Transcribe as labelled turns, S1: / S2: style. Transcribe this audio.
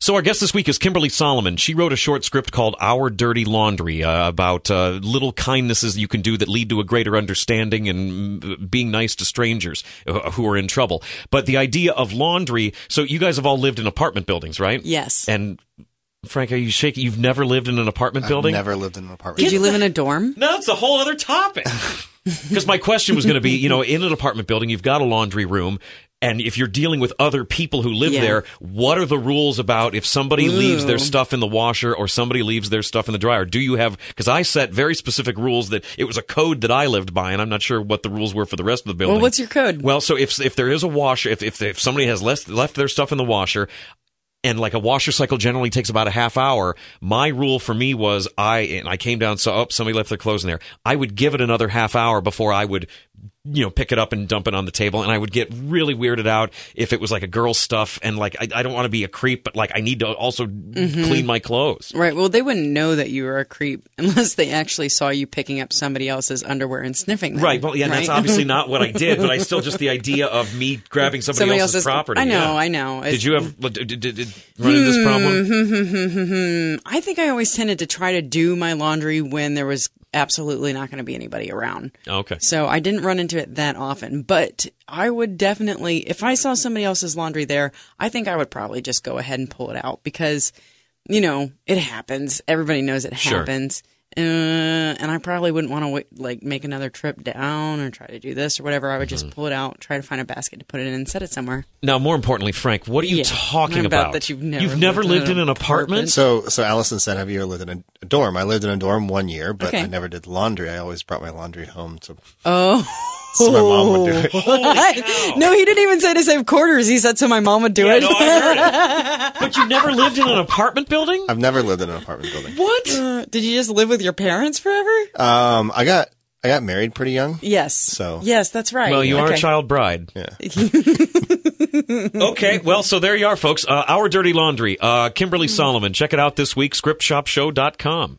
S1: So our guest this week is Kimberly Solomon. She wrote a short script called "Our Dirty Laundry" uh, about uh, little kindnesses that you can do that lead to a greater understanding and mm, being nice to strangers uh, who are in trouble. But the idea of laundry. So you guys have all lived in apartment buildings, right?
S2: Yes.
S1: And Frank, are you shaking? You've never lived in an apartment building.
S3: Never lived in an apartment.
S2: Did you live in a dorm?
S1: No, it's a whole other topic. Because my question was going to be, you know, in an apartment building, you've got a laundry room. And if you're dealing with other people who live
S2: Yeah.
S1: there, what are the rules about if somebody leaves their stuff in the washer or somebody leaves their stuff in the dryer? Do you have, because I set very specific rules that it was a code that I lived by, and I'm not sure what the rules were for the rest of the building.
S2: Well, what's your code?
S1: Well, so if if there is a washer, if if, if somebody has left left their stuff in the washer, and like a washer cycle generally takes about a half hour, my rule for me was I and I came down so oh, somebody left their clothes in there. I would give it another half hour before I would you know pick it up and dump it on the table and i would get really weirded out if it was like a girl's stuff and like i, I don't want to be a creep but like i need to also
S2: Mm-hmm.
S1: clean my clothes
S2: Right. Well, they wouldn't know that you were a creep unless they actually saw you picking up somebody else's underwear and sniffing them.
S1: right well yeah and that's
S2: right?
S1: obviously not what i did but i still just the idea of me grabbing somebody,
S2: Somebody
S1: else's,
S2: else's-
S1: property
S2: I know,
S1: yeah.
S2: I know.
S1: did
S2: It's- Mm-hmm.
S1: you ever did, did, did, did run into this problem
S2: I think I always tended to try to do my laundry when there was absolutely not going to be anybody around.
S1: Okay.
S2: So I didn't run into it that often, but I would definitely, if I saw somebody else's laundry there, I think I would probably just go ahead and pull it out because, you know, it happens. Everybody knows it
S1: Sure.
S2: happens. Uh, and I probably wouldn't want to wait, like make another trip down or try to do this or whatever. I would
S1: Mm-hmm.
S2: just pull it out, try to find a basket to put it in and set it somewhere.
S1: Now, more importantly, Frank, what are you
S2: Yeah.
S1: talking
S2: About
S1: about?
S2: that you've never
S1: lived in an apartment?
S3: So, so Allison said, "Have you ever lived in a, a dorm?" I lived in a dorm one year, but
S2: Okay.
S3: I never did laundry. I always brought my laundry home, to,
S2: Oh.
S3: so my mom would do it.
S1: Holy cow.
S2: no, he didn't even say to save quarters. He said so my mom would do
S1: Yeah,
S2: it.
S1: no, I heard it. But you never lived in an apartment building?
S3: I've never lived in an apartment building.
S1: What?
S2: Uh, did you just live with your parents forever?
S1: Uh,
S3: Um, I got I got married pretty young.
S2: yes.
S3: So-
S2: yes, that's right.
S1: Well, you are
S2: Okay.
S1: a child bride. okay, well, so there you
S2: Hmm.
S1: are, folks. Uh, Our Dirty Laundry, uh, Kimberly Solomon. Check it out this week, scriptshopshow.com.